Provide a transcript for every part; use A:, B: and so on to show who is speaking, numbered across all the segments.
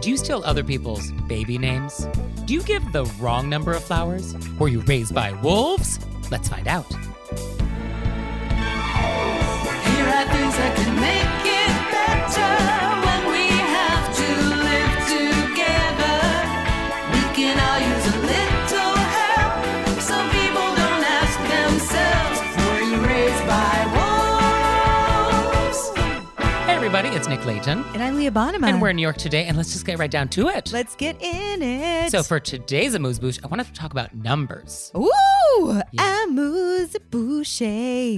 A: Do you steal other people's baby names? Do you give the wrong number of flowers? Were you raised by wolves? Let's find out.
B: Here are things that can make it better when we have to live together. We can all use a little help. Some people don't ask themselves, were you raised by wolves?
A: Hey everybody, it's Nick Layton.
C: And I'm Leah Bonema.
A: And we're in New York today, and let's just get right down to it.
C: Let's get in it.
A: So for today's Amuse Bouche, I wanted to talk about numbers.
C: Ooh, amuse bouche.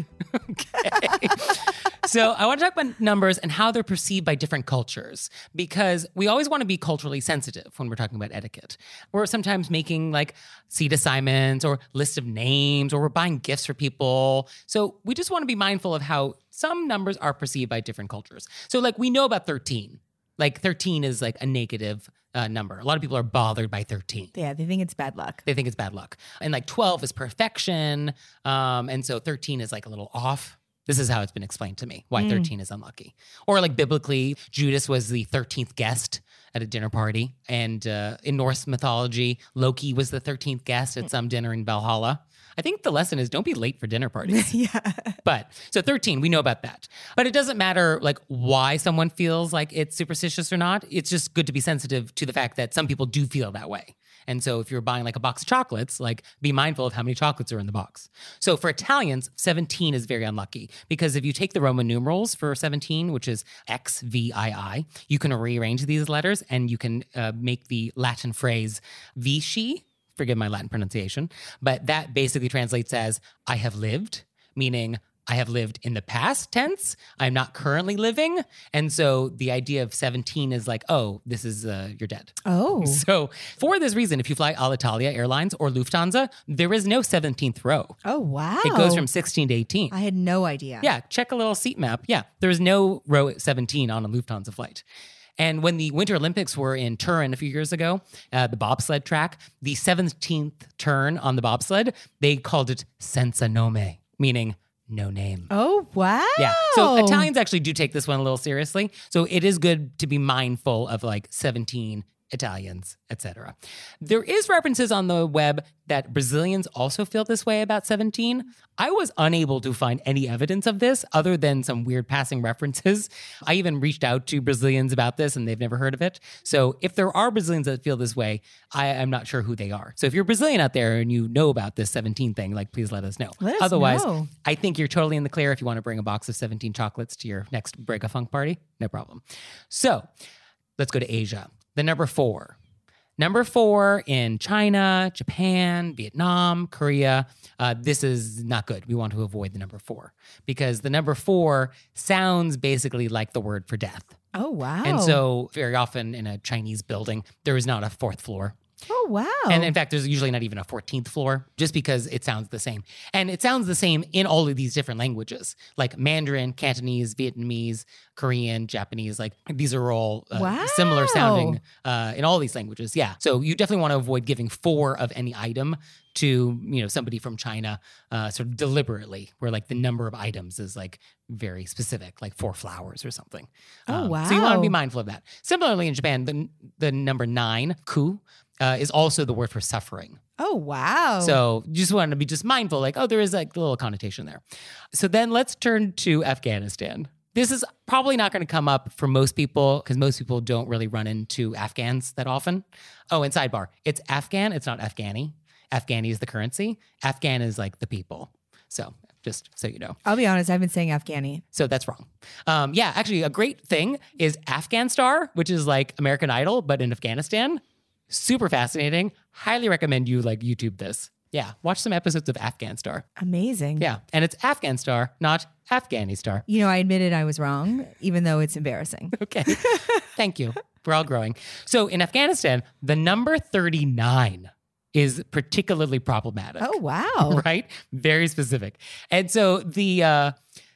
A: so I want to talk about numbers and how they're perceived by different cultures because we always want to be culturally sensitive when we're talking about etiquette. We're sometimes making like seat assignments or list of names or we're buying gifts for people. So we just want to be mindful of how some numbers are perceived by different cultures. So like we know about 13. Like 13 is like a negative uh, number. A lot of people are bothered by 13
C: Yeah, they think it's bad luck.
A: they think it's bad luck. And like 12 is perfection. Um, and so 13 is like a little off. This is how it's been explained to me why 13 is unlucky. Or like biblically, Judas was the 13th guest at a dinner party. And uh, in Norse mythology, Loki was the 13th guest at some dinner in Valhalla. I think the lesson is don't be late for dinner parties.
C: yeah.
A: But so 13, we know about that. But it doesn't matter like why someone feels like it's superstitious or not. It's just good to be sensitive to the fact that some people do feel that way. And so if you're buying like a box of chocolates, like be mindful of how many chocolates are in the box. So for Italians, 17 is very unlucky because if you take the Roman numerals for 17, which is XVII, you can rearrange these letters and you can uh, make the Latin phrase Vichy, forgive my Latin pronunciation, but that basically translates as I have lived, meaning I have lived in the past tense. I'm not currently living. And so the idea of 17 is like, oh, this is, uh, you're dead.
C: Oh.
A: So for this reason, if you fly Alitalia Airlines or Lufthansa, there is no 17th row.
C: Oh, wow.
A: It goes from 16 to 18.
C: I had no idea.
A: Yeah, check a little seat map. Yeah, there was no row 17 on a Lufthansa flight. And when the Winter Olympics were in Turin a few years ago, uh, the bobsled track, the 17th turn on the bobsled, they called it senza nome, meaning no name.
C: Oh, wow.
A: Yeah. So Italians actually do take this one a little seriously. So it is good to be mindful of like 17 Italians, etc. There is references on the web that Brazilians also feel this way about 17. I was unable to find any evidence of this other than some weird passing references. I even reached out to Brazilians about this and they've never heard of it. So if there are Brazilians that feel this way, I am not sure who they are. So if you're Brazilian out there and you know about this 17 thing, like please let us know.
C: Let us
A: Otherwise,
C: know.
A: I think you're totally in the clear if you want to bring a box of 17 chocolates to your next break a funk party. No problem. So let's go to Asia. The number four. Number four in China, Japan, Vietnam, Korea. Uh, this is not good. We want to avoid the number four because the number four sounds basically like the word for death.
C: Oh, wow.
A: And so, very often in a Chinese building, there is not a fourth floor.
C: Oh, wow.
A: And in fact, there's usually not even a 14th floor just because it sounds the same. And it sounds the same in all of these different languages like Mandarin, Cantonese, Vietnamese, Korean, Japanese. Like these are all uh,
C: Wow.
A: similar sounding uh, in all these languages. Yeah. So you definitely want to avoid giving four of any item to you know somebody from China uh, sort of deliberately where like the number of items is like very specific like four flowers or something. Um,
C: Oh,
A: So you want to be
C: wow.
A: mindful of that. Similarly in Japan the the number 9 ku uh, is also the word for suffering.
C: oh, wow.
A: So you just wanted to be just mindful, like, oh, there is like a little connotation there. So then let's turn to Afghanistan. This is probably not going to come up for most people because most people don't really run into Afghans that often. Oh, and sidebar, it's Afghan, it's not Afghani. Afghani is the currency, Afghan is like the people. So just so you know.
C: I'll be honest, I've been saying Afghani.
A: So that's wrong. Um, yeah, actually, a great thing is Afghan Star, which is like American Idol, but in Afghanistan. Super fascinating. Highly recommend you like YouTube this. Yeah, watch some episodes of Afghan Star.
C: Amazing.
A: Yeah, and it's Afghan Star, not Afghani Star.
C: You know, I admitted I was wrong, even though it's embarrassing.
A: Okay, thank you. We're all growing. So in Afghanistan, the number 39 is particularly problematic.
C: Oh, wow.
A: right? Very specific. And so the uh,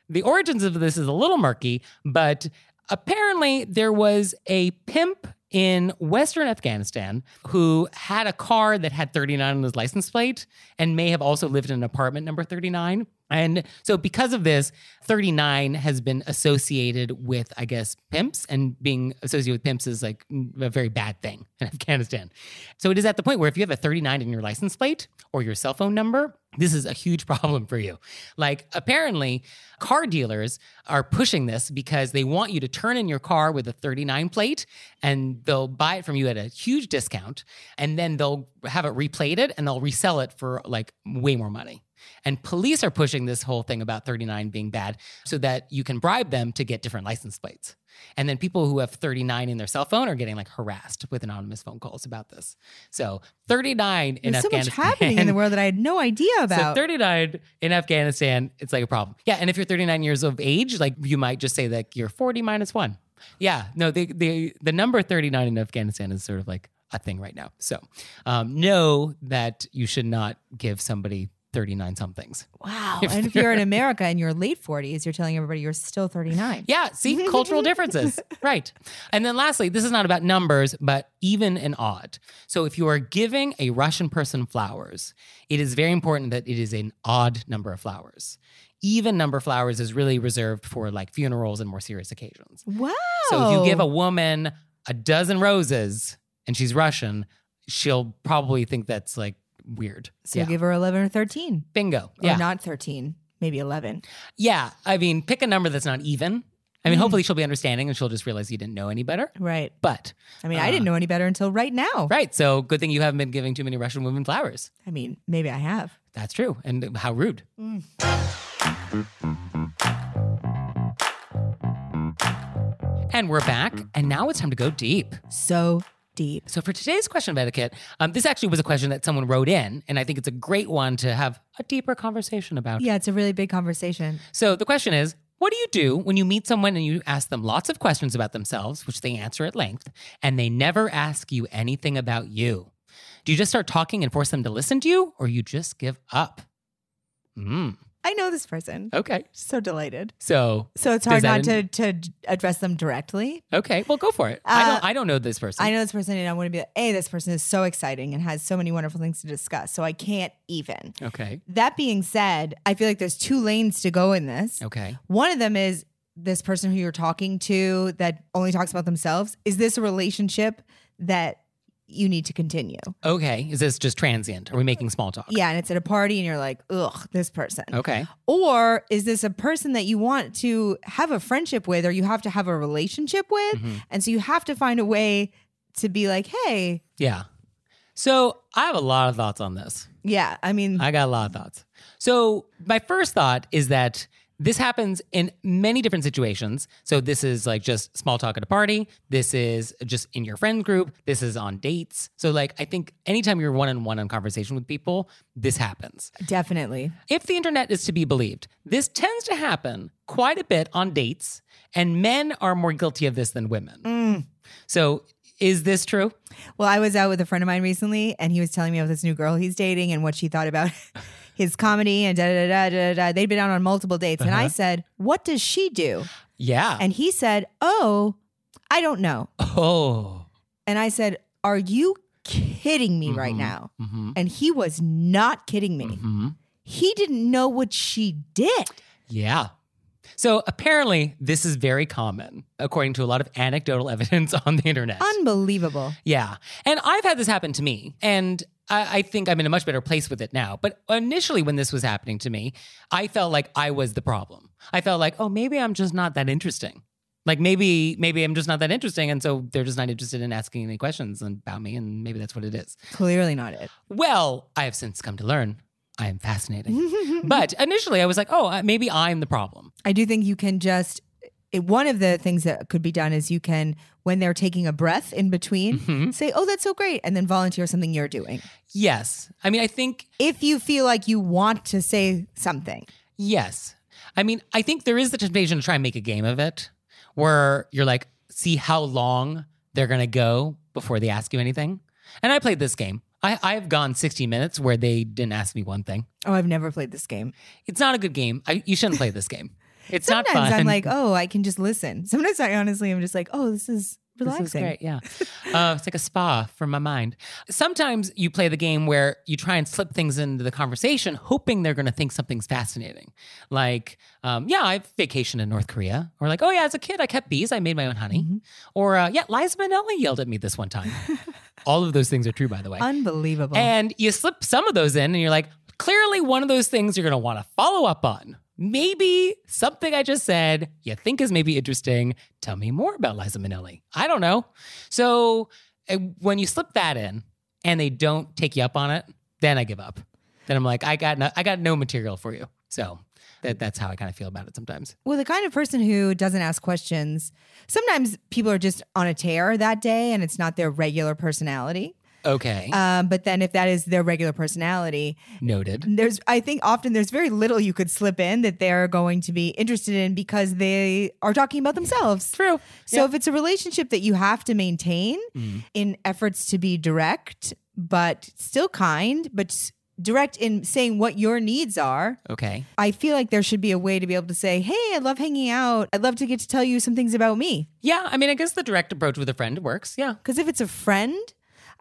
A: the origins of this is a little murky, but apparently there was a pimp in Western Afghanistan who had a car that had 39 on his license plate and may have also lived in an apartment number 39. And so because of this, 39 has been associated with, I guess, pimps and being associated with pimps is like a very bad thing in Afghanistan. So it is at the point where if you have a 39 in your license plate or your cell phone number, this is a huge problem for you. Like, apparently, car dealers are pushing this because they want you to turn in your car with a 39 plate and they'll buy it from you at a huge discount. And then they'll have it replated and they'll resell it for like way more money. And police are pushing this whole thing about 39 being bad so that you can bribe them to get different license plates. And then people who have 39 in their cell phone are getting like harassed with anonymous phone calls about this. So 39 in
C: There's so much
A: Afghanistan.
C: happening in the world that I had no idea about.
A: So 39 in Afghanistan, it's like a problem. Yeah, and if you're 39 years of age, like you might just say like you're 40 minus one. Yeah, no, the the the number 39 in Afghanistan is sort of like a thing right now. So um, know that you should not give somebody 39 somethings.
C: wow. And if you're in America and you're late 40s, you're telling everybody you're still 39.
A: Yeah, see, cultural differences. Right. And then lastly, this is not about numbers, but even and odd. So if you are giving a Russian person flowers, it is very important that it is an odd number of flowers. Even number of flowers is really reserved for like funerals and more serious occasions.
C: Wow.
A: So if you
C: Oh.
A: give a woman a dozen roses and she's Russian, she'll probably think that's like weird.
C: So
A: yeah.
C: give her 11 or 13.
A: Bingo.
C: Or not 13, maybe 11.
A: Yeah, I mean, pick a number that's not even. I
C: Mm-hmm.
A: mean, hopefully she'll be understanding and she'll just realize you didn't know any better.
C: Right.
A: But
C: I mean, I didn't know any better until right now.
A: Uh. right, so good thing you haven't been giving too many Russian women flowers.
C: I mean, maybe I have.
A: That's true. And how rude. And we're back, and now it's time to go deep.
C: So deep.
A: So for today's question of etiquette, um, this actually was a question that someone wrote in, and I think it's a great one to have a deeper conversation about.
C: Yeah, it's a really big conversation.
A: So the question is, what do you do when you meet someone and you ask them lots of questions about themselves, which they answer at length, and they never ask you anything about you? Do you just start talking and force them to listen to you, or you just give up? Mm,
C: I know this person.
A: okay.
C: So delighted.
A: So,
C: So it's
A: Does
C: hard
A: that
C: not to, to address them directly.
A: okay, well, go for it. I,
C: Uh,
A: don't, I don't know this person.
C: I know this person, and I want to be like, hey, this person is so exciting and has so many wonderful things to discuss. So I can't even.
A: Okay,
C: That being said, I feel like there's two lanes to go in this.
A: okay.
C: One of them is this person who you're talking to that only talks about themselves. Is this a relationship that you need to continue?
A: Okay, is this just transient? Are we making small talk?
C: Yeah, and it's at a party, and you're like, ugh, this person.
A: Okay,
C: Or is this a person that you want to have a friendship with or you have to have a relationship with?
A: Mhm.
C: And so you have to find a way to be like, hey,
A: yeah. So I have a lot of thoughts on this.
C: yeah, I mean,
A: I got a lot of thoughts. So my first thought is that this happens in many different situations. So this is like just small talk at a party. This is just in your friend group. This is on dates. So like I think anytime you're one on one on conversation with people, this happens.
C: definitely.
A: If the internet is to be believed, this tends to happen quite a bit on dates, and men are more guilty of this than women. So Is this true?
C: Well, I was out with a friend of mine recently, and he was telling me about this new girl he's dating and what she thought about his comedy and da da da da da. da. They'd been out on multiple dates, and I
A: Uh-huh.
C: said, "What does she do?"
A: Yeah.
C: And he said, "Oh, I don't know."
A: oh.
C: And I said, "Are you kidding me right
A: Mhm.
C: now?"
A: Mm-hmm.
C: And he was not kidding me.
A: Mm-hmm.
C: He didn't know what she did.
A: Yeah. So apparently, this is very common, according to a lot of anecdotal evidence on the internet.
C: Unbelievable.
A: Yeah. And I've had this happen to me. And I, I think I'm in a much better place with it now. But initially, when this was happening to me, I felt like I was the problem. I felt like, oh, maybe I'm just not that interesting. Like maybe, maybe I'm just not that interesting. And so they're just not interested in asking any questions about me. And maybe that's what it is.
C: Clearly not it.
A: Well, I have since come to learn I am fascinating. but initially, I was like, oh, uh, maybe I'm the problem.
C: I do think you can just. It, one of the things that could be done is you can, when they're taking a breath in between,
A: Mhm.
C: say, "Oh, that's so great," and then volunteer something you're doing.
A: Yes. I mean, I think
C: If you feel like you want to say something,
A: Yes. I mean, I think there is the temptation to try and make a game of it where you're like, see how long they're going to go before they ask you anything. And I played this game. I, I've gone 60 minutes where they didn't ask me one thing.
C: oh, I've never played this game.
A: It's not a good game. I, you shouldn't play this game. It's
C: Sometimes
A: not fun.
C: I'm like, "Oh, I can just listen." Sometimes I honestly am just like, "Oh, this is relaxing."
A: This is great, yeah. Uh, it's like a spa for my mind. Sometimes you play the game where you try and slip things into the conversation, hoping they're going to think something's fascinating. Like, um, yeah, I've vacationed in North Korea. Or like, oh, yeah, as a kid, I kept bees. I made my own honey.
C: Mhm.
A: Or, uh, yeah, Liza Minnelli yelled at me this one time. All of those things are true, by the way.
C: Unbelievable.
A: And you slip some of those in, and you're like, clearly, one of those things you're going to want to follow up on. Maybe something I just said you think is maybe interesting. Tell me more about Liza Minnelli. I don't know. So uh, when you slip that in and they don't take you up on it, then I give up. Then I'm like, I got no, I got no material for you. So that, that's how I kind of feel about it sometimes.
C: Well, the kind of person who doesn't ask questions, sometimes people are just on a tear that day and it's not their regular personality.
A: Okay,
C: Um, but then if that is their regular personality,
A: noted.
C: there's I think often there's very little you could slip in that they're going to be interested in because they are talking about themselves.
A: True.
C: So if it's a relationship that you have to maintain
A: Mm.
C: in efforts to be direct but still kind, but s- direct in saying what your needs are,
A: Okay.
C: I feel like there should be a way to be able to say, "Hey, I love hanging out. I'd love to get to tell you some things about me."
A: Yeah. I mean, I guess the direct approach with a friend works. Yeah.
C: Because if it's a friend,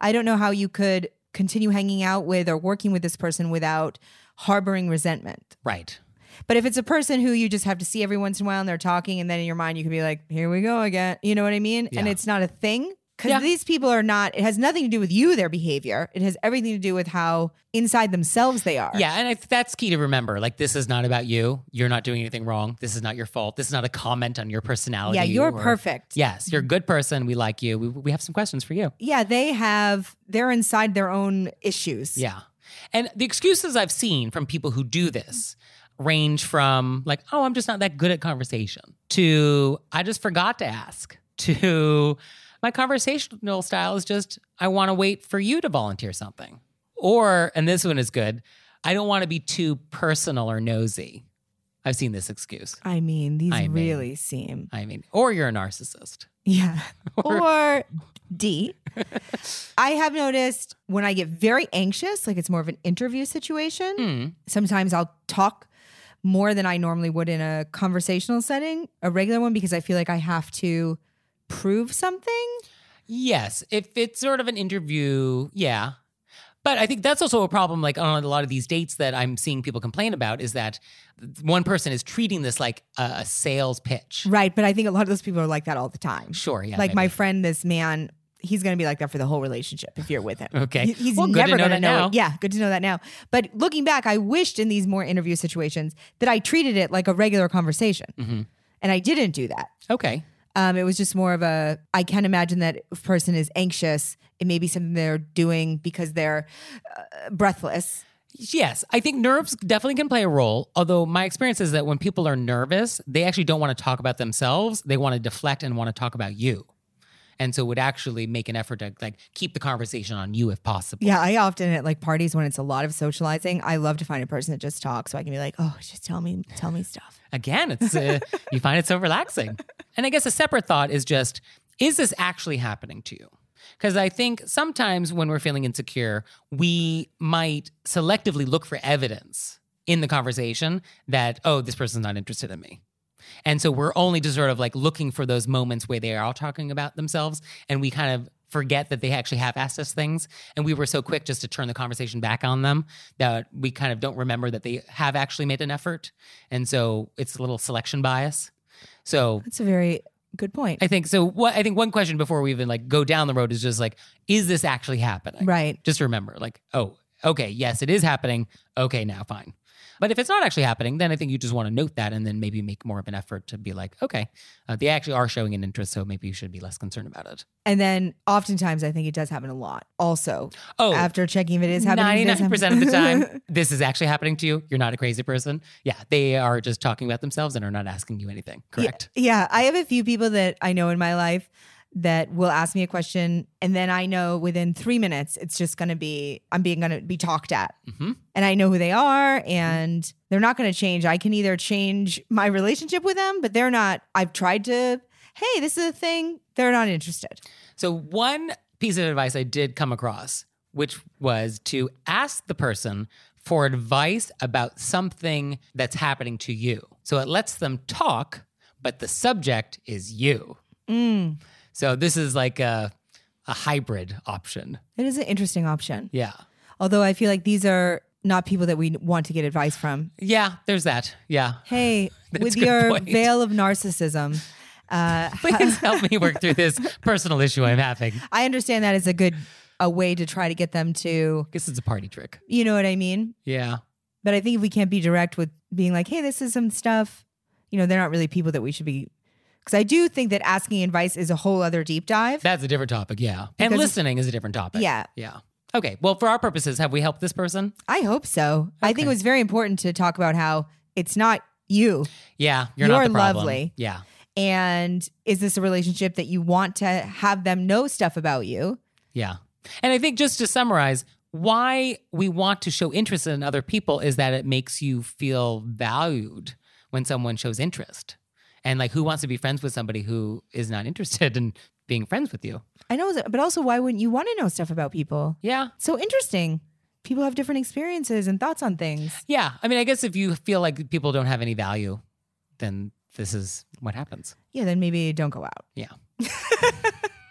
C: I don't know how you could continue hanging out with or working with this person without harboring resentment.
A: Right.
C: But if it's a person who you just have to see every once in a while and they're talking, and then in your mind you could be like, "Here we go again," you know what I mean? And
A: Yeah.
C: it's not a thing. Because
A: Yeah.
C: these people are not, it has nothing to do with you, their behavior. It has everything to do with how inside themselves they are.
A: Yeah, and I, that's key to remember. Like, this is not about you. You're not doing anything wrong. This is not your fault. This is not a comment on your personality.
C: Yeah, you're
A: or-
C: perfect.
A: Yes, you're a good person. We like you. We, we have some questions for you.
C: yeah, they have, they're inside their own issues.
A: Yeah. And the excuses I've seen from people who do this range from, like, oh, I'm just not that good at conversation, to I just forgot to ask, to my conversational style is just, I want to wait for you to volunteer something. Or, and this one is good, I don't want to be too personal or nosy. I've seen this excuse.
C: I mean, these
A: I mean.
C: really seem.
A: I mean, or you're a narcissist.
C: Yeah. or D. I have noticed when I get very anxious, like it's more of an interview situation,
A: Hmm.
C: sometimes I'll talk more than I normally would in a conversational setting, a regular one, because I feel like I have to prove something.
A: Yes, if it's sort of an interview, yeah. But I think that's also a problem, like on a lot of these dates that I'm seeing people complain about, is that one person is treating this like a, a sales pitch.
C: Right. But I think a lot of those people are like that all the time.
A: Sure, yeah.
C: like my
A: maybe.
C: friend, this man, he's going to be like that for the whole relationship if you're with him.
A: Okay.
C: He- He's
A: Well, good to
C: never
A: know
C: going to
A: that
C: know.
A: now.
C: it. Yeah, good to know that now. But looking back, I wished in these more interview situations that I treated it like a regular conversation.
A: Mhm.
C: And I didn't do that.
A: okay,
C: Um, it was just more of a, I can imagine that if a person is anxious, it may be something they're doing because they're uh, breathless.
A: yes, I think nerves definitely can play a role. Although my experience is that when people are nervous, they actually don't want to talk about themselves; they want to deflect and want to talk about you, and so would actually make an effort to like keep the conversation on you if possible.
C: Yeah, I often at like parties when it's a lot of socializing, I love to find a person that just talks so I can be like, oh, just tell me, tell me stuff.
A: again it's uh, you find it so relaxing and i guess a separate thought is just is this actually happening to you Because I think sometimes when we're feeling insecure, we might selectively look for evidence in the conversation that, oh, this person's not interested in me. And so we're only just sort of like looking for those moments where they are all talking about themselves and we kind of forget that they actually have asked us things. And we were so quick just to turn the conversation back on them that we kind of don't remember that they have actually made an effort. And so it's a little selection bias. So
C: That's a very good point.
A: I think so. What I think one question before we even like go down the road is just like, is this actually happening?
C: right.
A: Just remember, like, oh, okay, yes, it is happening. Okay, now fine. But if it's not actually happening, then I think you just want to note that and then maybe make more of an effort to be like, okay, uh, they actually are showing an interest, so maybe you should be less concerned about it.
C: And then oftentimes I think it does happen a lot. Also,
A: Oh,
C: after checking if it is happening. it is
A: Ninety-nine percent of
C: happening.
A: the time, this is actually happening to you. You're not a crazy person. Yeah, they are just talking about themselves and are not asking you anything.
C: Yeah,
A: Correct.
C: Yeah, I have a few people that I know in my life that will ask me a question, and then I know within three minutes it's just going to be I'm being going to be talked at,
A: hmm
C: and I know who they are, and they're not going to change. I can either change my relationship with them, but they're not. I've tried to. Hey, this is a thing. They're not interested.
A: So, one piece of advice I did come across, which was to ask the person for advice about something that's happening to you. So, it lets them talk, but the subject is you.
C: Mm,
A: So, this is like a, a hybrid option.
C: it is an interesting option.
A: Yeah.
C: Although I feel like these are not people that we want to get advice from.
A: Yeah, there's that. Yeah.
C: Hey,
A: That's
C: with
A: a good
C: your
A: point.
C: veil of narcissism, uh,
A: Please help me work through this personal issue I'm having.
C: I understand that is a good a way to try to get them to,
A: Guess it's a party trick.
C: you know what I mean?
A: Yeah.
C: But I think if we can't be direct with being like, "Hey, this is some stuff," you know, they're not really people that we should be cuz I do think that asking advice is a whole other deep dive.
A: That's a different topic. Yeah. And
C: Because-
A: listening is a different topic.
C: Yeah.
A: Yeah. Okay. Well, for our purposes, have we helped this person?
C: I hope so. I think
A: Okay.
C: it was very important to talk about how it's not you
A: Yeah. You're, not
C: You're
A: the problem.
C: lovely.
A: Yeah.
C: and is this a relationship that you want to have them know stuff about you?
A: Yeah. And I think just to summarize, why we want to show interest in other people is that it makes you feel valued when someone shows interest. And like, who wants to be friends with somebody who is not interested in being friends with you?
C: I know, that- but also why wouldn't you want to know stuff about people?
A: Yeah.
C: So interesting. People have different experiences and thoughts on things.
A: Yeah. I mean, I guess if you feel like people don't have any value, then this is what happens.
C: yeah, then maybe don't go out.
A: Yeah.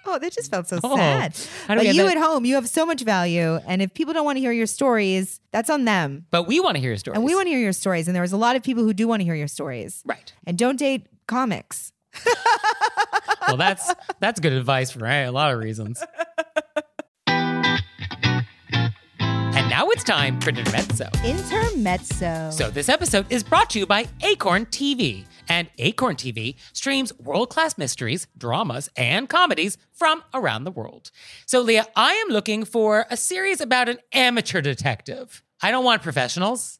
C: oh, that just felt so
A: Oh,
C: sad.
A: How do we
C: But
A: get
C: you
A: that-
C: at home, you have so much value. And if people don't want to hear your stories, that's on them.
A: but we want to hear your stories.
C: And we want to hear your stories. And there was a lot of people who do want to hear your stories.
A: Right.
C: And don't date comics.
A: Well, that's that's good advice for a lot of reasons. And now it's time for Intermezzo.
C: Intermezzo.
A: So, this episode is brought to you by Acorn TV. And Acorn TV streams world class mysteries, dramas, and comedies from around the world. So, Leah, I am looking for a series about an amateur detective. I don't want professionals.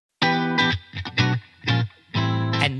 A: And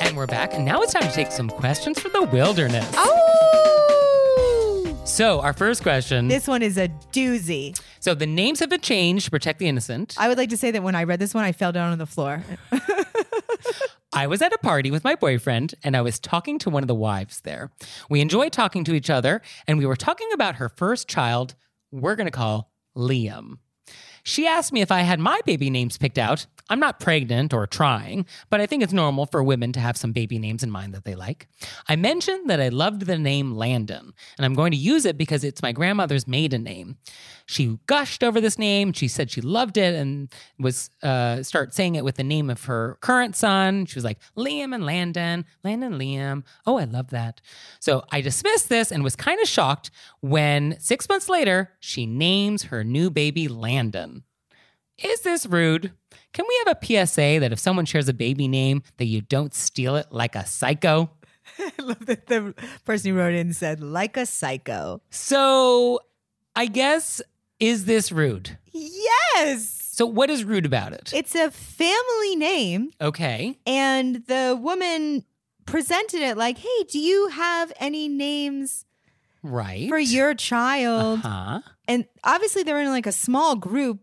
A: And we're back, and now it's time to take some questions from the wilderness.
C: Oh,
A: So, our first question.
C: this one is a doozy.
A: so, the names have been changed to protect the innocent.
C: I would like to say that when I read this one, I fell down on the floor.
A: I was at a party with my boyfriend and I was talking to one of the wives there. We enjoy talking to each other and we were talking about her first child, we're going to call Liam. She asked me if I had my baby names picked out. I'm not pregnant or trying, but I think it's normal for women to have some baby names in mind that they like. I mentioned that I loved the name Landon, and I'm going to use it because it's my grandmother's maiden name. She gushed over this name. She said she loved it and was uh, start saying it with the name of her current son. She was like Liam and Landon, Landon Liam. Oh, I love that. So I dismissed this and was kind of shocked when six months later she names her new baby Landon. Is this rude? Can we have a PSA that if someone shares a baby name, that you don't steal it like a psycho?
C: I love that the person who wrote in said, like a psycho.
A: So, I guess is this rude?
C: Yes.
A: So, what is rude about it?
C: It's a family name.
A: Okay.
C: And the woman presented it like, hey, do you have any names
A: Right.
C: for your child?
A: Uh-huh.
C: And obviously, they're in like a small group.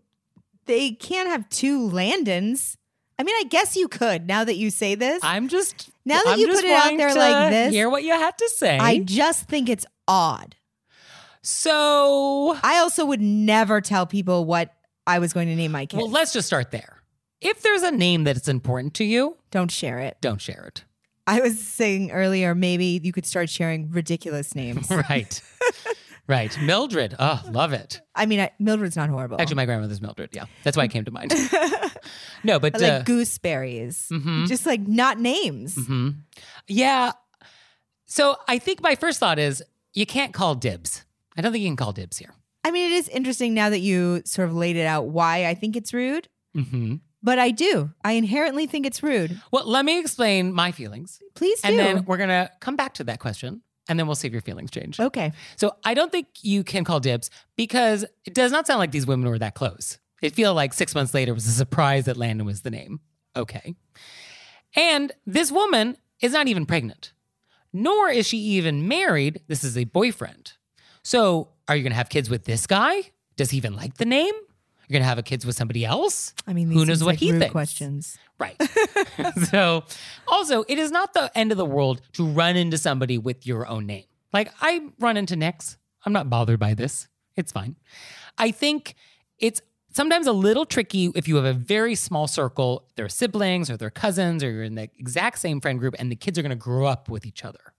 C: They can't have two Landons. I mean, I guess you could now that you say this.
A: I'm just
C: Now that
A: I'm
C: you
A: just
C: put it out
A: wanting
C: there
A: to
C: like this,
A: Hear what you had to say.
C: I just think it's odd.
A: so
C: I also would never tell people what I was going to name my kid.
A: well, let's just start there. If there's a name that's important to you,
C: Don't share it.
A: don't share it.
C: I was saying earlier, maybe you could start sharing ridiculous names.
A: Right. right. Mildred. Oh, love it.
C: I mean, I, Mildred's not horrible.
A: Actually, my grandmother's Mildred. Yeah, that's why it came to mind. no, but
C: I
A: uh,
C: like gooseberries,
A: mhm.
C: just like not names.
A: hmm Yeah. So I think my first thought is you can't call dibs. I don't think you can call dibs here.
C: I mean, it is interesting now that you sort of laid it out why I think it's rude,
A: hmm
C: but I do. I inherently think it's rude.
A: Well, let me explain my feelings,
C: Please do.
A: and then we're gonna come back to that question, and then we'll see if your feelings change.
C: okay.
A: So I don't think you can call dibs because it does not sound like these women were that close. It feel like six months later was a surprise that Landon was the name. Okay. And this woman is not even pregnant, nor is she even married. This is a boyfriend. So are you going to have kids with this guy? Does he even like the name? You're going to have a kids with somebody else?
C: I mean, these
A: Who knows
C: seems
A: what
C: like
A: he
C: rude
A: thinks?
C: questions.
A: Right. so, also, it is not the end of the world to run into somebody with your own name. Like, I run into Nick's. I'm not bothered by this. It's fine. I think it's sometimes a little tricky if you have a very small circle, their siblings or their cousins, or you're in the exact same friend group, and the kids are going to grow up with each other.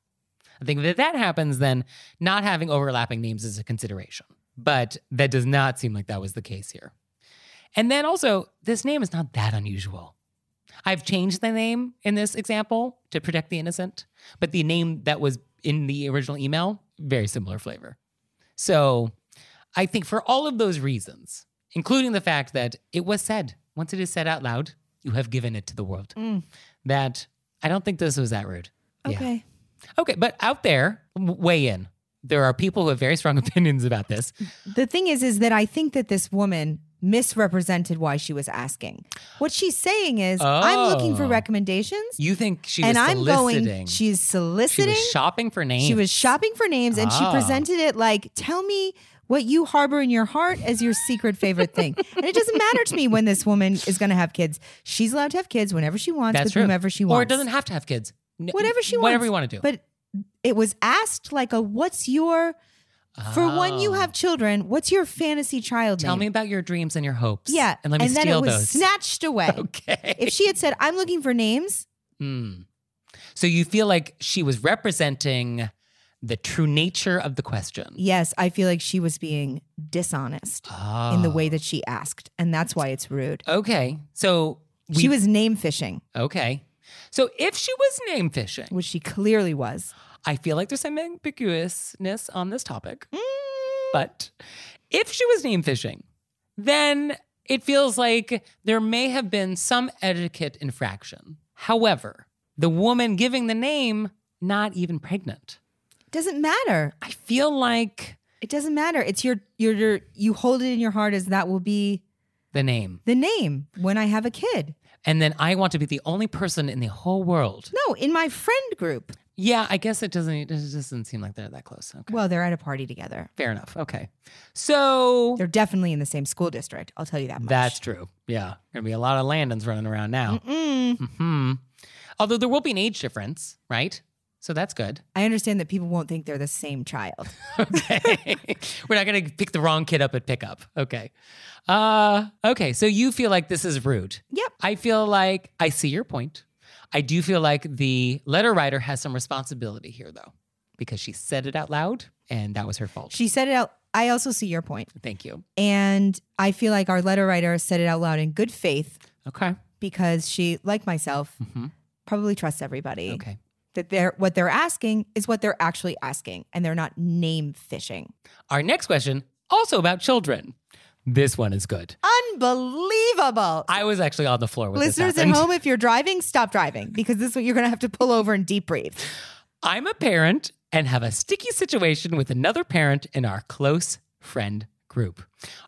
A: I think that that happens, then not having overlapping names is a consideration. But that does not seem like that was the case here. And then also, this name is not that unusual. I've changed the name in this example to protect the innocent, but the name that was in the original email, very similar flavor. So I think for all of those reasons, including the fact that it was said, once it is said out loud, you have given it to the world,
C: Mm.
A: that I don't think this was that rude. Yeah.
C: Okay.
A: Okay, but out there, w- weigh in. There are people who have very strong opinions about this.
C: The thing is, is that I think that this woman misrepresented why she was asking. What she's saying is, I'm looking for
A: Oh.
C: recommendations,
A: You think she
C: and
A: was
C: I'm
A: soliciting?
C: going. She's
A: she
C: soliciting.
A: was shopping for names.
C: She was shopping for names and she
A: Ah.
C: presented it like, tell me what you harbor in your heart as your secret favorite thing. And it doesn't matter to me when this woman is going to have kids. She's allowed to have kids whenever she wants
A: That's
C: with
A: true.
C: whomever she wants.
A: or it doesn't have to have kids. N-
C: Whatever she
A: Whatever
C: wants.
A: you want to do.
C: But it was asked like a what's your for when you
A: Oh.
C: have children, what's your fantasy child
A: Tell me
C: name?
A: about your dreams and your hopes.
C: Yeah.
A: And let me
C: and then
A: steal
C: it was
A: those.
C: snatched away.
A: okay.
C: If she had said, I'm looking for names,
A: Hmm. So you feel like she was representing the true nature of the question.
C: yes, I feel like she was being dishonest in the
A: Ah,
C: way that she asked. And that's why it's rude.
A: Okay. So we,
C: she was name fishing.
A: Okay. So if she was name fishing,
C: which she clearly was.
A: I feel like there's some ambiguousness on this topic. But if she was name fishing, then it feels like there may have been some etiquette infraction. However, the woman giving the name, not even pregnant.
C: Doesn't matter.
A: I feel like
C: It doesn't matter. It's your, your your you hold it in your heart as that will be
A: the name.
C: the name when I have a kid.
A: And then I want to be the only person in the whole world.
C: No, in my friend group.
A: Yeah, I guess it doesn't it doesn't seem like they're that close. Okay.
C: Well, they're at a party together.
A: Fair enough. Okay. So
C: They're definitely in the same school district. I'll tell you that much.
A: That's true. Yeah. Gonna be a lot of Landons running around now.
C: Mm.
A: Hmm. Although there will be an age difference, right? So that's good.
C: I understand that people won't think they're the same child.
A: Okay. We're not gonna pick the wrong kid up at pickup. Okay. Uh okay. So you feel like this is rude.
C: Yep.
A: I feel like I see your point. I do feel like the letter writer has some responsibility here though, because she said it out loud and that was her fault.
C: She said it out. I also see your point.
A: Thank you.
C: And I feel like our letter writer said it out loud in good faith
A: Okay.
C: because she, like myself,
A: Mhm.
C: probably trusts everybody.
A: Okay.
C: That they're what they're asking is what they're actually asking, and they're not name fishing.
A: Our next question, also about children. This one is good.
C: Unbelievable.
A: I was actually on the floor with
C: Listeners
A: this
C: at
A: happened.
C: home, if you're driving, stop driving because this is what you're going to have to pull over and deep breathe.
A: I'm a parent and have a sticky situation with another parent in our close friend group.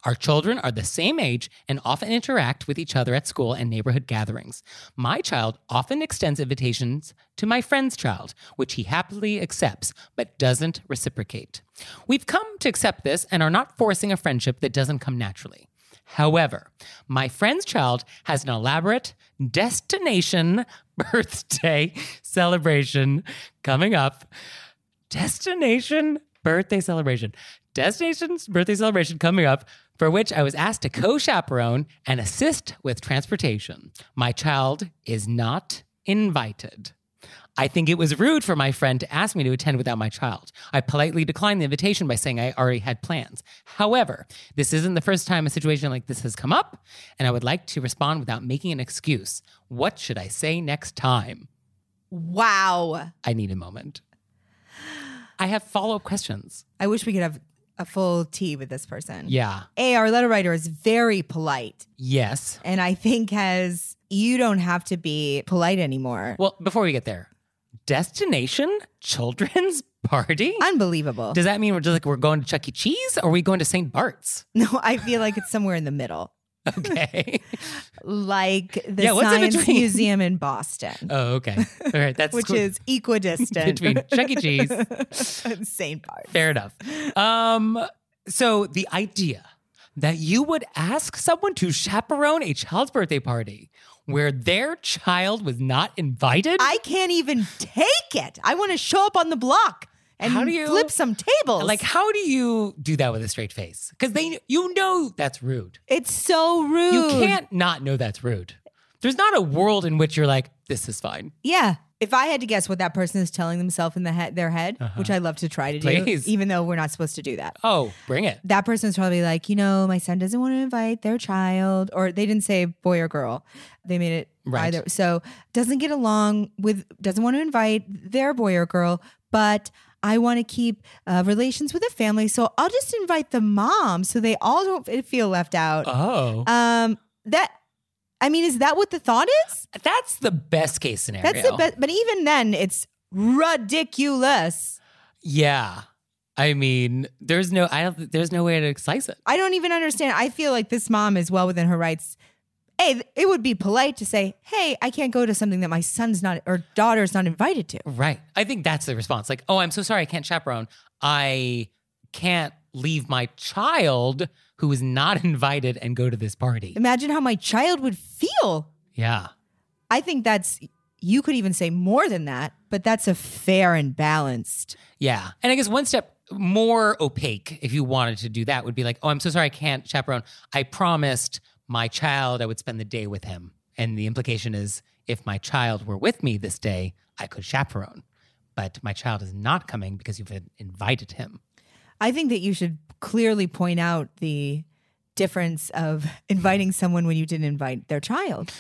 A: Our children are the same age and often interact with each other at school and neighborhood gatherings. My child often extends invitations to my friend's child, which he happily accepts but doesn't reciprocate. We've come to accept this and are not forcing a friendship that doesn't come naturally. However, my friend's child has an elaborate destination birthday celebration coming up. Destination birthday celebration. Destination's birthday celebration coming up, for which I was asked to co chaperone and assist with transportation. My child is not invited. I think it was rude for my friend to ask me to attend without my child. I politely declined the invitation by saying I already had plans. However, this isn't the first time a situation like this has come up, and I would like to respond without making an excuse. What should I say next time?
C: Wow.
A: I need a moment. I have follow up questions.
C: I wish we could have a full tea with this person.
A: Yeah.
C: A, our letter writer is very polite
A: Yes.
C: and I think has you don't have to be polite anymore.
A: Well, before we get there, destination children's party?
C: Unbelievable.
A: Does that mean we're just like we're going to Chuck E. Cheese or are we going to St. Bart's?
C: no, I feel like it's somewhere in the middle.
A: Okay.
C: Like the
A: Yeah, what's in
C: Science
A: between?
C: Museum in Boston,
A: oh, okay. All right. That's
C: which
A: cool.
C: is equidistant
A: between Chuck E. Cheese.
C: and St. Bart.
A: Fair enough. Um, so the idea that you would ask someone to chaperone a child's birthday party where their child was not invited.
C: I can't even take it. I want to show up on the block and
A: How do you-
C: flip some tables.
A: like, how do you do that with a straight face? Because they, you know, that's rude.
C: it's so rude.
A: You can't not know that's rude. There's not a world in which you're like, this is fine.
C: Yeah. If I had to guess what that person is telling themselves in the he- their head, which I love to try to
A: Uh-huh. Please.
C: do, even though we're not supposed to do that.
A: Oh, bring it.
C: That person is probably like, you know, my son doesn't want to invite their child, or they didn't say boy or girl. They made it
A: Right.
C: either. So doesn't get along with, doesn't want to invite their boy or girl, but I want to keep uh, relations with the family. So I'll just invite the mom so they all don't f- feel left out.
A: Oh,
C: Um, that, I mean, is that what the thought is?
A: that's the best case scenario.
C: That's the best. But even then, it's ridiculous.
A: Yeah. I mean, there's no, I don't, there's no way to excise it.
C: I don't even understand. I feel like this mom is well within her rights. Hey, it would be polite to say, "Hey, I can't go to something that my son's not or daughter's not invited to."
A: Right. I think that's the response. Like, oh, I'm so sorry, I can't chaperone. I can't leave my child who is not invited and go to this party.
C: Imagine how my child would feel.
A: Yeah.
C: I think that's you could even say more than that, but that's a fair and balanced.
A: Yeah. And I guess one step more opaque, if you wanted to do that, would be like, oh, I'm so sorry, I can't chaperone. I promised my child I would spend the day with him. And the implication is if my child were with me this day, I could chaperone. But my child is not coming because you've invited him.
C: I think that you should clearly point out the difference of inviting someone when you didn't invite their child.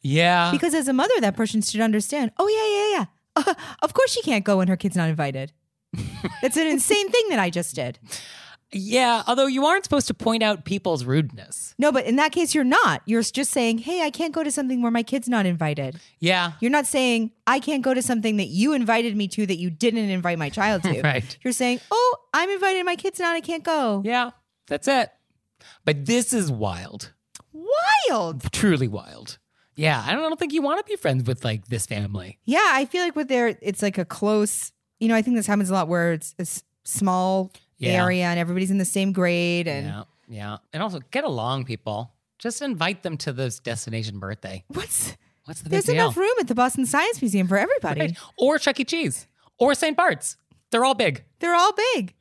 A: Yeah.
C: Because as a mother, that person should understand. Oh yeah, yeah, yeah. Uh, of course she can't go when her kid's not invited. That's an insane thing that I just did.
A: yeah. Although you aren't supposed to point out people's rudeness.
C: No, but in that case, you're not. You're just saying, "Hey, I can't go to something where my kid's not invited."
A: Yeah.
C: You're not saying, "I can't go to something that you invited me to that you didn't invite my child to."
A: Right.
C: You're saying, "Oh, I'm invited. My kid's not. I can't go."
A: Yeah. That's it. But this is wild.
C: Wild.
A: Truly wild. Yeah. I don't, I don't think you want to be friends with like this family.
C: Yeah, I feel like with their, it's like a close. You know, I think this happens a lot where it's a s- small
A: Yeah.
C: area and everybody's in the same grade and.
A: Yeah. Yeah. And also get along, people. Just invite them to this destination birthday.
C: What's
A: What's the big
C: there's
A: deal?
C: enough room at the Boston Science Museum for everybody.
A: Right. Or Chuck E. Cheese or St. Bart's. They're all big.
C: They're all big.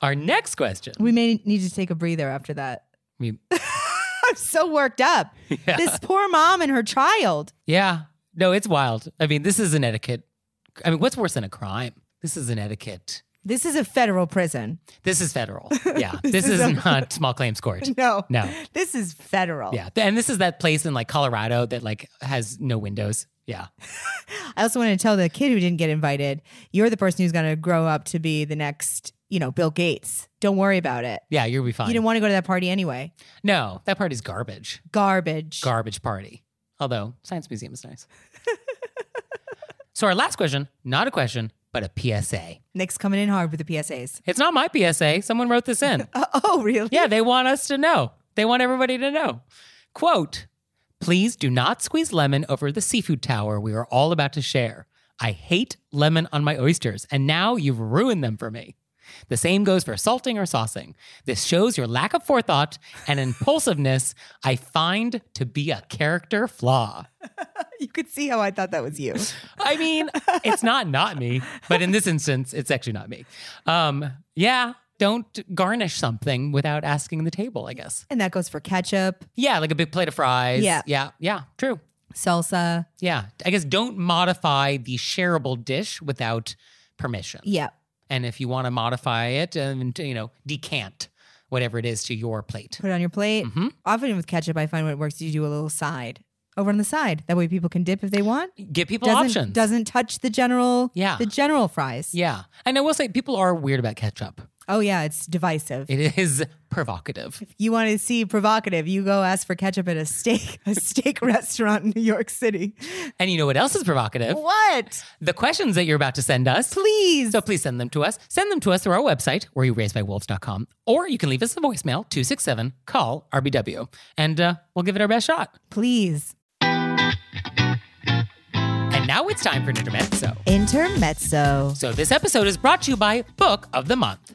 A: Our next question.
C: We may need to take a breather after that.
A: I mean,
C: I'm so worked up.
A: yeah.
C: This poor mom and her child.
A: yeah. No, it's wild. I mean, this is an etiquette. I mean, what's worse than a crime? This is an etiquette.
C: This is a federal prison.
A: This is federal. Yeah. this, is,
C: is a-
A: not small claims court.
C: No.
A: No.
C: This is federal.
A: Yeah. And this is that place in like Colorado that like has no windows. Yeah.
C: I also want to tell the kid who didn't get invited, you're the person who's going to grow up to be the next, you know, Bill Gates. Don't worry about it.
A: Yeah. You'll be fine.
C: You didn't want to go to that party anyway.
A: no, that party's garbage.
C: Garbage.
A: Garbage party. Although Science Museum is nice. so our last question, not a question, but a PSA.
C: Nick's coming in hard with the PSAs.
A: It's not my PSA. Someone wrote this in.
C: Uh, oh, really?
A: Yeah, they want us to know. They want everybody to know. Quote Please do not squeeze lemon over the seafood tower we are all about to share. I hate lemon on my oysters, and now you've ruined them for me. The same goes for salting or saucing. This shows your lack of forethought and impulsiveness I find to be a character flaw.
C: You could see how I thought that was you.
A: I mean, it's not not me, but in this instance, it's actually not me. Um, yeah, don't garnish something without asking the table, I guess.
C: And that goes for ketchup,
A: Yeah, like a big plate of fries.
C: Yeah.
A: yeah, yeah. True.
C: salsa.
A: Yeah, I guess don't modify the shareable dish without permission.
C: Yeah.
A: And if you want to modify it, and you know, decant whatever it is to your plate.
C: put it on your plate.
A: Mhm.
C: Often with ketchup, I find when it works is you do a little side over on the side. That way people can dip if they want.
A: Give people
C: Doesn't
A: options.
C: doesn't touch the general
A: Yeah.
C: the general fries.
A: yeah, and I will say people are weird about ketchup.
C: Oh yeah, it's divisive.
A: It is provocative.
C: you want to see provocative, you go ask for ketchup at a steak a steak restaurant in New York City.
A: And you know what else is provocative?
C: What?
A: the questions that you're about to send us.
C: Please.
A: So please send them to us. Send them to us through our website, where you raisedbywolves.com, or you can leave us a voicemail, 267 call RBW, and uh, we'll give it our best shot.
C: Please.
A: And now it's time for an intermezzo.
C: Intermezzo.
A: So this episode is brought to you by Book of the Month.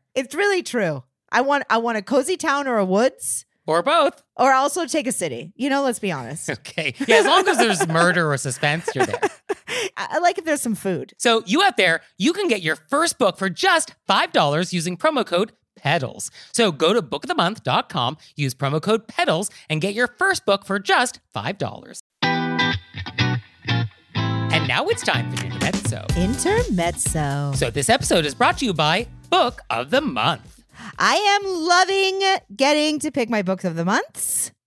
C: It's really true. I want I want a cozy town or a woods.
A: Or both.
C: Or also take a city. You know, let's be honest.
A: Okay. Yeah, as long as there's murder or suspense, you're there.
C: I, I like if there's some food.
A: So you out there, you can get your first book for just $5 using promo code E PEDALS. So go to bookofthemonth.com, use promo code E PEDALS, and get your first book for just $5. And now it's time for the intermezzo.
C: Intermezzo.
A: So this episode is brought to you by Book of the Month.
C: I am loving getting to pick my books of the months.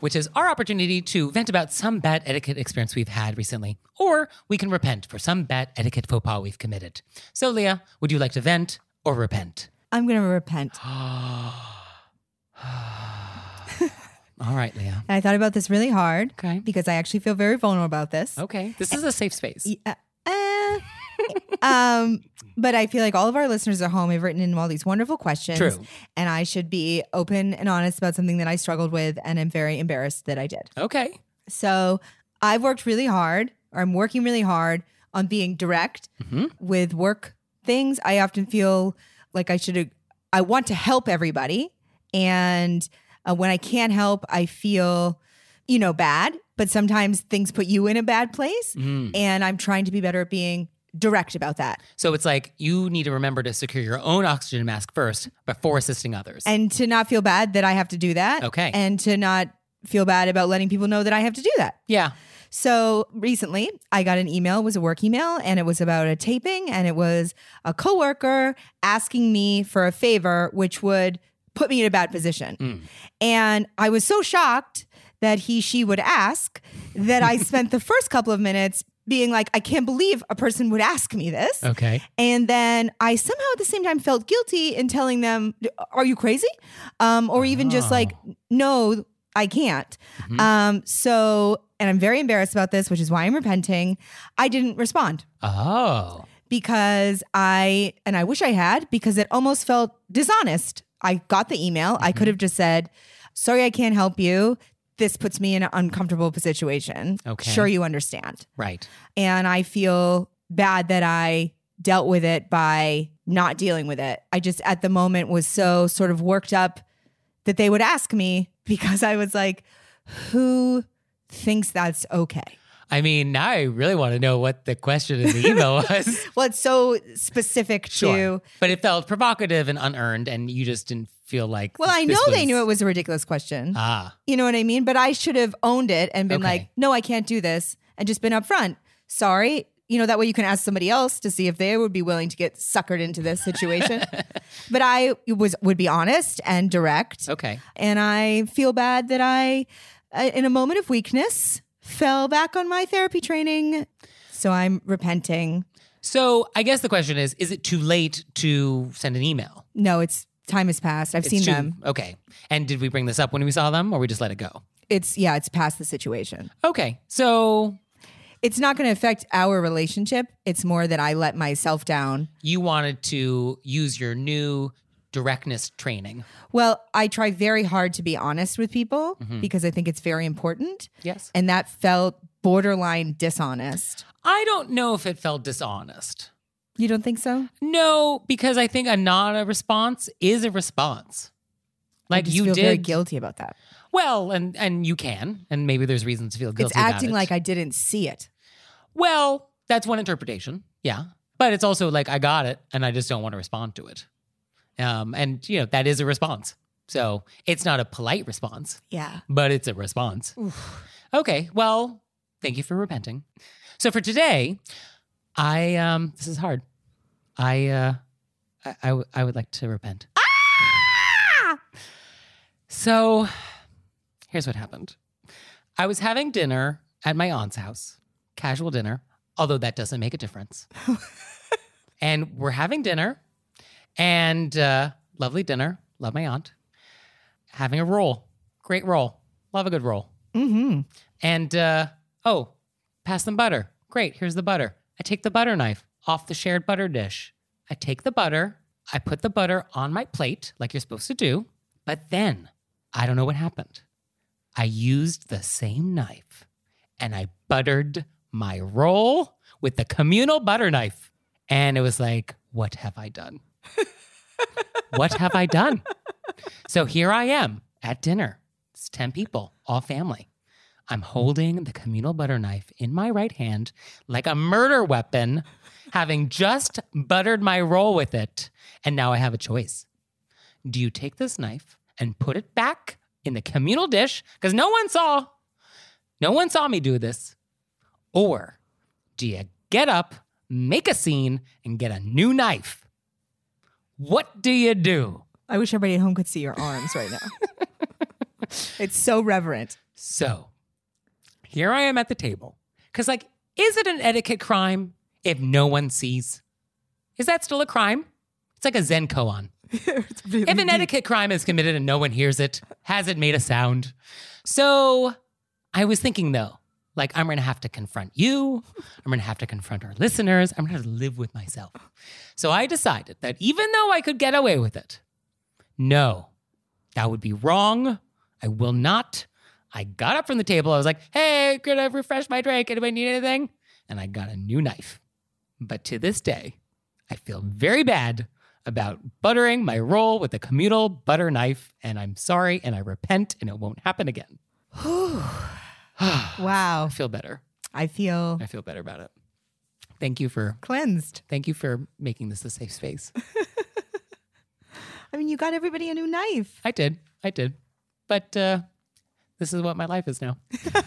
A: which is our opportunity to vent about some bad etiquette experience we've had recently, or we can repent for some bad etiquette faux pas we've committed. So, Leah, would you like to vent or repent?
C: I'm going to repent.
A: All right, Leah.
C: And I thought about this really hard
A: Okay. Oh.
C: because I actually feel very vulnerable about this.
A: Okay. This is a safe space.
C: Yeah, uh, um, but I feel like all of our listeners at home have written in all these wonderful questions.
A: True.
C: And I should be open and honest about something that I struggled with and am very embarrassed that I did.
A: Okay.
C: So I've worked really hard, or I'm working really hard on being direct
A: Mhm.
C: with work things. I often feel like I should, I want to help everybody. And uh, when I can't help, I feel, you know, bad. But sometimes things put you in a bad place
A: Mm.
C: and I'm trying to be better at being direct about that
A: So it's like you need to remember to secure your own oxygen mask first before assisting others.
C: and to not feel bad that I have to do that.
A: Okay.
C: And to not feel bad about letting people know that I have to do that.
A: yeah.
C: So recently I got an email, it was a work email, and it was about a taping and it was a coworker asking me for a favor, which would put me in a bad position.
A: Mm.
C: And I was so shocked that he, she would ask that I spent the first couple of minutes being like, I can't believe a person would ask me this.
A: Okay.
C: And then I somehow at the same time felt guilty in telling them, Are you crazy? Um, or even just
A: Oh.
C: like, No, I can't.
A: Mhm.
C: Um, so, and I'm very embarrassed about this, which is why I'm repenting. I didn't respond
A: Oh.
C: because I, and I wish I had, because it almost felt dishonest. I got the email. I could have just said, Sorry, I can't help you. This puts me in an uncomfortable situation.
A: Okay.
C: Sure, you understand
A: Right.
C: and I feel bad that I dealt with it by not dealing with it. I just at the moment was so sort of worked up that they would ask me because I was like, who thinks that's okay?
A: I mean, now I really want to know what the question in the email was.
C: Well, it's so specific to.
A: But it felt provocative and unearned, and you just didn't feel like.
C: Well, I
A: this
C: know they
A: was-
C: knew it was a ridiculous question.
A: Ah,
C: you know what I mean? But I should have owned it and been
A: Okay.
C: like, no, I can't do this and just been upfront. Sorry. You know, that way you can ask somebody else to see if they would be willing to get suckered into this situation. but I was would be honest and direct.
A: okay.
C: And I feel bad that I, uh, in a moment of weakness, fell back on my therapy training. So I'm repenting.
A: So I guess the question is: Is it too late to send an email?
C: No, it's time has passed. I've
A: It's
C: seen
A: too-
C: them.
A: Okay. And did we bring this up when we saw them, or we just let it go?
C: It's yeah, it's past the situation.
A: Okay. So
C: It's not going to affect our relationship. It's more that I let myself down
A: you wanted to use your new directness training?
C: Well, I try very hard to be honest with people
A: Mm-hmm.
C: because I think it's very important.
A: Yes.
C: And that felt borderline dishonest.
A: I don't know if it felt dishonest.
C: You don't think so?
A: No, because I think a not a response is a response. Like
C: I just
A: you
C: feel
A: did
C: very guilty about that.
A: well, and and you can, and maybe there's reasons to feel guilty.
C: it's acting
A: about it.
C: like I didn't see it.
A: Well, that's one interpretation. Yeah. But it's also like I got it and I just don't want to respond to it. Um, and you know, that is a response. So it's not a polite response,
C: Yeah.
A: but it's a response. Okay. Well, thank you for repenting. So for today, I um this is hard. I uh I I w- I would like to repent. So here's what happened. I was having dinner at my aunt's house, casual dinner, although that doesn't make a difference. and we're having dinner and uh, lovely dinner. Love my aunt. Having a roll. Great roll. Love a good roll.
C: Mm-hmm.
A: And uh, oh, pass them butter. Great, here's the butter. I take the butter knife off the shared butter dish. I take the butter, I put the butter on my plate like you're supposed to do. But then I don't know what happened. I used the same knife and I buttered my roll with the communal butter knife. And it was like, what have I done? what have I done? So here I am at dinner. It's 10 people, all family. I'm holding the communal butter knife in my right hand like a murder weapon, having just buttered my roll with it. And now I have a choice. Do you take this knife and put it back in the communal dish because no one saw. No one saw me do this. Or do you get up, make a scene, and get a new knife? What do you do?
C: I wish everybody at home could see your arms right now. it's so reverent.
A: So here I am at the table. Because, like, is it an etiquette crime if no one sees? Is that still a crime? It's like a Zen koan.
C: It's really
A: If an etiquette crime is committed and no one hears it, has it made a sound? So I was thinking though, like I'm gonna have to confront you, I'm gonna have to confront our listeners, I'm gonna have to live with myself. So I decided that even though I could get away with it, no, that would be wrong. I will not. I got up from the table. I was like, hey, could I refresh my drink? Anybody need anything? And I got a new knife. But to this day, I feel very bad about buttering my roll with a communal butter knife, and I'm sorry and I repent and it won't happen again. I
C: wow.
A: feel better.
C: I feel
A: I feel better about it. Thank you for
C: cleansed.
A: thank you for making this a safe space.
C: I mean, you got everybody a new knife.
A: I did. I did. But uh, this is what my life is now.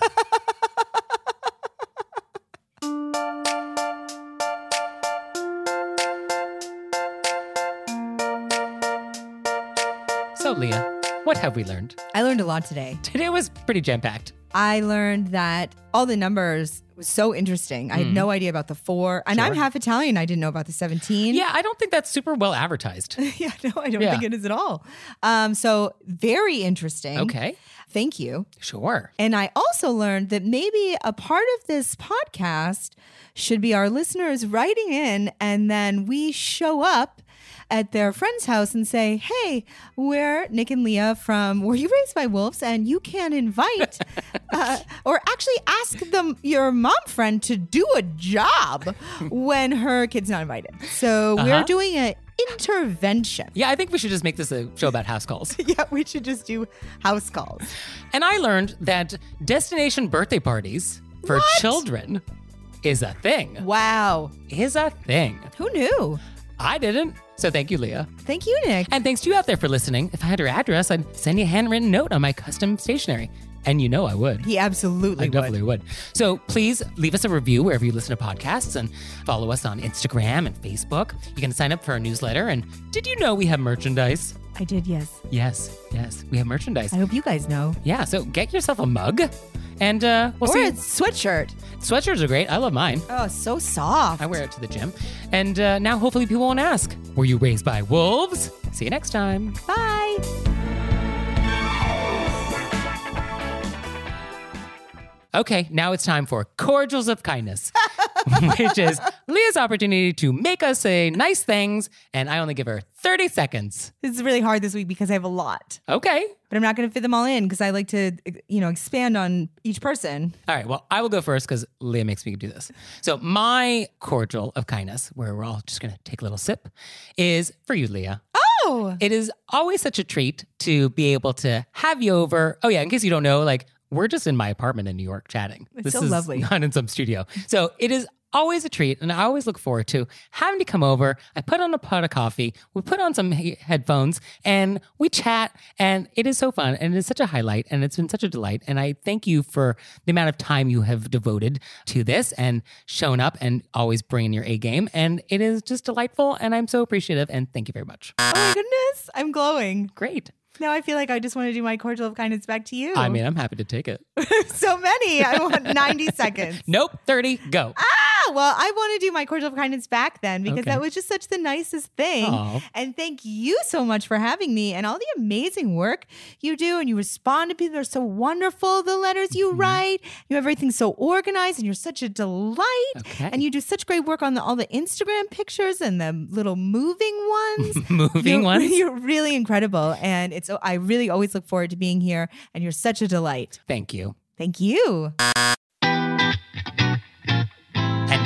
A: so, Leah, what have we learned?
C: I learned a lot today.
A: Today was pretty jam packed.
C: I learned that all the numbers was so interesting. I had
A: Hmm.
C: no idea about the four, and I'm half Italian. I didn't know about the 17.
A: Yeah, I don't think that's super well advertised.
C: yeah, no, I don't
A: Yeah.
C: think it is at all. Um, so very interesting.
A: Okay,
C: Thank you.
A: sure.
C: And I also learned that maybe a part of this podcast should be our listeners writing in, and then we show up at their friend's house and say, Hey, we're Nick and Leah from Were You Raised by Wolves? And you can invite, uh, or actually ask them, your mom friend, to do a job when her kid's not invited. So we're
A: Uh-huh.
C: doing an intervention.
A: Yeah, I think we should just make this a show about house calls.
C: Yeah, we should just do house calls.
A: And I learned that destination birthday parties for children is a thing.
C: Wow.
A: Is a thing.
C: Who knew?
A: I didn't. So thank you, Leah.
C: Thank you, Nick.
A: And thanks to you out there for listening. If I had your address, I'd send you a handwritten note on my custom stationery. And you know I would.
C: He absolutely
A: I
C: would.
A: definitely would. So please leave us a review wherever you listen to podcasts and follow us on Instagram and Facebook. You can sign up for our newsletter. And did you know we have merchandise?
C: I did, yes.
A: Yes, yes, we have merchandise.
C: I hope you guys know.
A: Yeah, so get yourself a mug and uh, we'll
C: Or
A: see.
C: a sweatshirt.
A: Sweatshirts are great. I love mine.
C: Oh, so soft.
A: I wear it to the gym. And uh, now hopefully people won't ask, were you raised by wolves? See you next time.
C: Bye.
A: Okay, now it's time for Cordials of Kindness, which is Leah's opportunity to make us say nice things, and I only give her 30 seconds.
C: This is really hard this week because I have a lot,
A: Okay.
C: but I'm not going to fit them all in because I like to, you know, expand on each person.
A: All right, well, I will go first because Leah makes me do this. So, my cordial of kindness, where we're all just going to take a little sip, is for you, Leah.
C: Oh,
A: It is always such a treat to be able to have you over. Oh yeah, in case you don't know, like we're just in my apartment in New York chatting.
C: It's
A: this
C: so
A: is
C: lovely.
A: Not in some studio. So it is always a treat, and I always look forward to having to come over. I put on a pot of coffee, we put on some he- headphones, and we chat. And it is so fun, and it is such a highlight, and it's been such a delight. And I thank you for the amount of time you have devoted to this and shown up, and always bringing your A game. And it is just delightful, and I'm so appreciative. And thank you very much.
C: oh my goodness. I'm glowing.
A: Great.
C: Now I feel like I just want to do my cordial of kindness back to you.
A: I mean, I'm happy to take it.
C: so many. I want 90 seconds.
A: Nope, 30, go.
C: Ah, well, I want to do my cordial of kindness back then because
A: Okay.
C: that was just such the nicest thing.
A: Aw.
C: And thank you so much for having me and all the amazing work you do. And you respond to people; they're so wonderful. The letters
A: Mm-hmm.
C: you write, you have everything so organized, and you're such a delight.
A: Okay.
C: And you do such great work on the, all the Instagram pictures and the little moving ones.
A: Moving
C: you're,
A: ones.
C: You're really incredible, and it's. oh, I really always look forward to being here. And you're such a delight.
A: Thank you.
C: Thank you.
A: And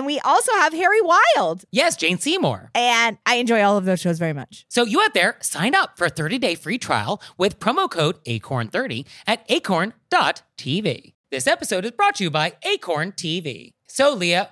C: we also have Harry Wilde.
A: yes, Jane Seymour.
C: And I enjoy all of those shows very much.
A: So you out there, sign up for a 30-day free trial with promo code ACORN30 at acorn.tv. This episode is brought to you by Acorn TV. So, Leah,